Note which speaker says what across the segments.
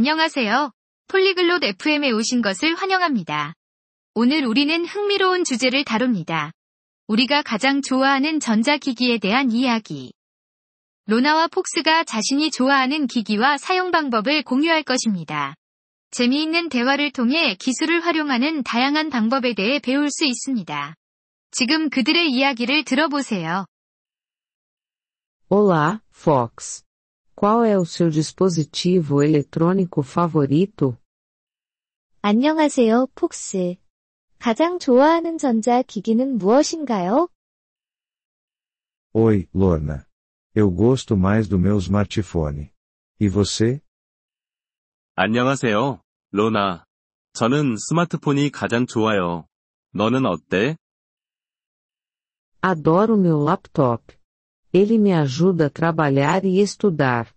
Speaker 1: 안녕하세요. 폴리글롯 FM에 오신 것을 환영합니다. 오늘 우리는 흥미로운 주제를 다룹니다. 우리가 가장 좋아하는 전자기기에 대한 이야기. 로나와 폭스가 자신이 좋아하는 기기와 사용 방법을 공유할 것입니다. 재미있는 대화를 통해 기술을 활용하는 다양한 방법에 대해 배울 수 있습니다. 지금 그들의 이야기를 들어보세요.
Speaker 2: Olá, Fox. Qual é o seu dispositivo eletrônico favorito?
Speaker 3: 안녕하세요, 폭스. 가장 좋아하는 전자 기기는 무엇인가요?
Speaker 4: Oi, Lorna. Eu gosto mais do meu smartphone. E você?
Speaker 5: 안녕하세요, 로나. 저는 스마트폰이 가장 좋아요. 너는 어때?
Speaker 2: Adoro meu laptop. Ele me ajuda a trabalhar e estudar.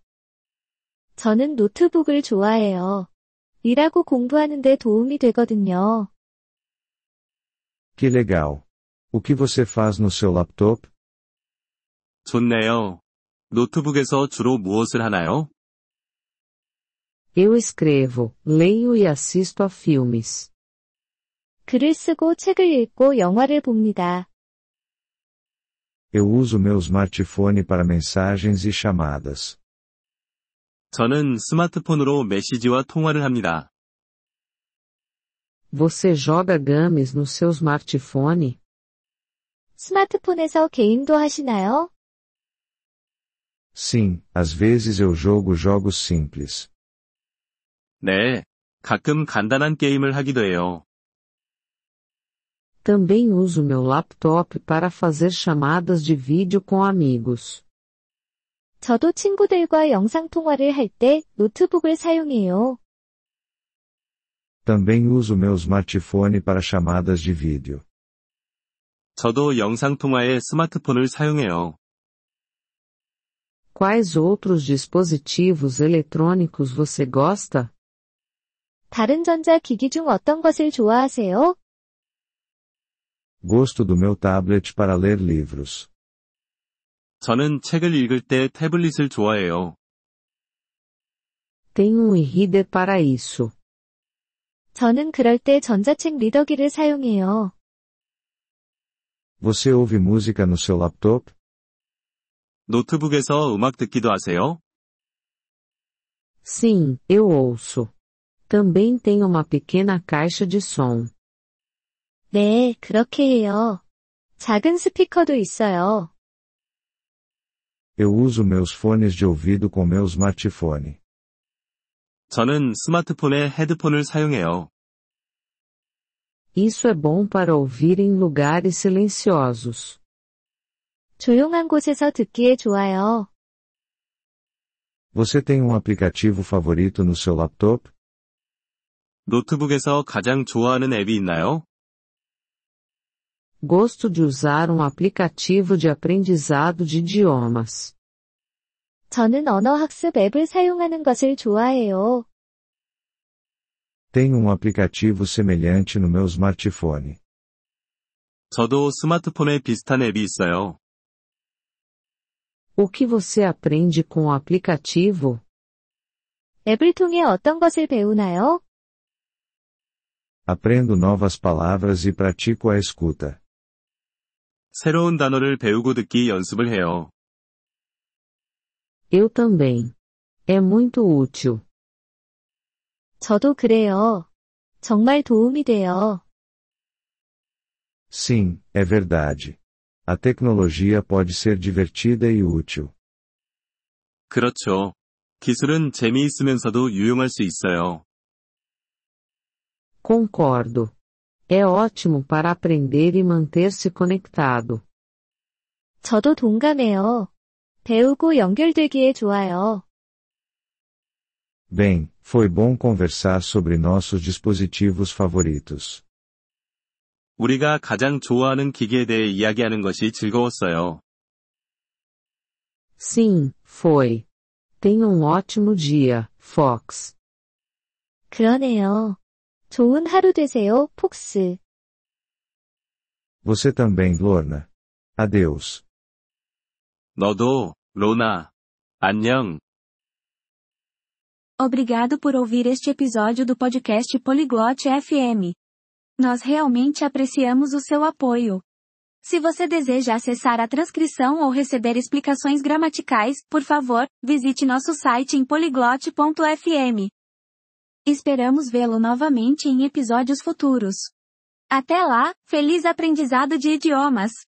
Speaker 3: 저는 노트북을 좋아해요. 일하고 공부하는데 도움이 되거든요.
Speaker 4: Que legal. O que você faz no seu laptop?
Speaker 5: 좋네요. 노트북에서 주로 무엇을 하나요?
Speaker 2: Eu escrevo, leio e assisto a filmes.
Speaker 3: 글을 쓰고 책을 읽고 영화를 봅니다.
Speaker 4: Eu uso meu smartphone para mensagens e chamadas.
Speaker 5: 저는 스마트폰으로 메시지와 통화를 합니다.
Speaker 2: Você joga games no seu smartphone?
Speaker 3: 스마트폰에서 게임도 하시나요?
Speaker 4: Sim, às vezes eu jogo jogos simples.
Speaker 5: 네. 가끔 간단한 게임을 하기도 해요.
Speaker 2: Também uso meu laptop para fazer chamadas de vídeo com amigos.
Speaker 3: 저도 친구들과 영상통화를 할 때 노트북을 사용해요.
Speaker 4: Também uso meu smartphone para chamadas de vídeo.
Speaker 5: 저도 영상통화에 스마트폰을 사용해요.
Speaker 2: Quais outros dispositivos eletrônicos você gosta?
Speaker 3: 다른 전자 기기 중 어떤 것을 좋아하세요?
Speaker 4: Gosto do meu tablet para ler livros.
Speaker 5: 저는 책을 읽을 때 태블릿을 좋아해요.
Speaker 2: Tenho um e-reader para isso.
Speaker 3: 저는 그럴 때 전자책 리더기를 사용해요.
Speaker 4: Você ouve música no seu laptop?
Speaker 5: 노트북에서 음악 듣기도 하세요?
Speaker 2: Sim, eu ouço. Também tenho uma pequena caixa de som.
Speaker 3: 네, 그렇게 해요. 작은 스피커도 있어요.
Speaker 4: Eu uso meus fones de ouvido com meu smartphone.
Speaker 5: 저는 스마트폰에 헤드폰을 사용해요.
Speaker 2: Isso é bom para ouvir em lugares silenciosos.
Speaker 3: 조용한 곳에서 듣기에 좋아요.
Speaker 4: Você tem um aplicativo favorito no seu laptop?
Speaker 5: 노트북에서 가장 좋아하는 앱이 있나요?
Speaker 2: Gosto de usar um aplicativo de aprendizado de idiomas.
Speaker 3: 저는 언어학습 앱을 사용하는 것을 좋아해요.
Speaker 4: Tenho um aplicativo semelhante no meu smartphone.
Speaker 5: 저도 스마트폰에 비슷한 앱이 있어요.
Speaker 2: O que você aprende com o aplicativo?
Speaker 3: 앱을 통해 어떤 것을 배우나요?
Speaker 4: Aprendo novas palavras e pratico a escuta.
Speaker 5: 새로운 단어를 배우고 듣기 연습을 해요.
Speaker 2: Eu também. É muito útil.
Speaker 3: 저도 그래요. 정말 도움이 돼요.
Speaker 4: Sim, é verdade. A tecnologia pode ser divertida e útil.
Speaker 5: 그렇죠. 기술은 재미있으면서도 유용할 수 있어요.
Speaker 2: Concordo. É ótimo para aprender e manter-se conectado.
Speaker 3: 저도 동감해요. 배우고 연결되기에 좋아요.
Speaker 4: Bem, foi bom conversar sobre nossos dispositivos favoritos.
Speaker 5: 우리가 가장 좋아하는 기기에 대해 이야기하는 것이 즐거웠어요.
Speaker 2: Sim, foi. Tenha um ótimo dia, Fox.
Speaker 3: 그러네요. 좋은 하루 되세요, 폭스.
Speaker 4: Você também, Lorna. Adeus.
Speaker 5: 너도, 로나. 안녕.
Speaker 6: Obrigado por ouvir este episódio do podcast Poliglote FM. Nós realmente apreciamos o seu apoio. Se você deseja acessar a transcrição ou receber explicações gramaticais, por favor, visite nosso site em poliglote.fm. Esperamos vê-lo novamente em episódios futuros. Até lá, feliz aprendizado de idiomas!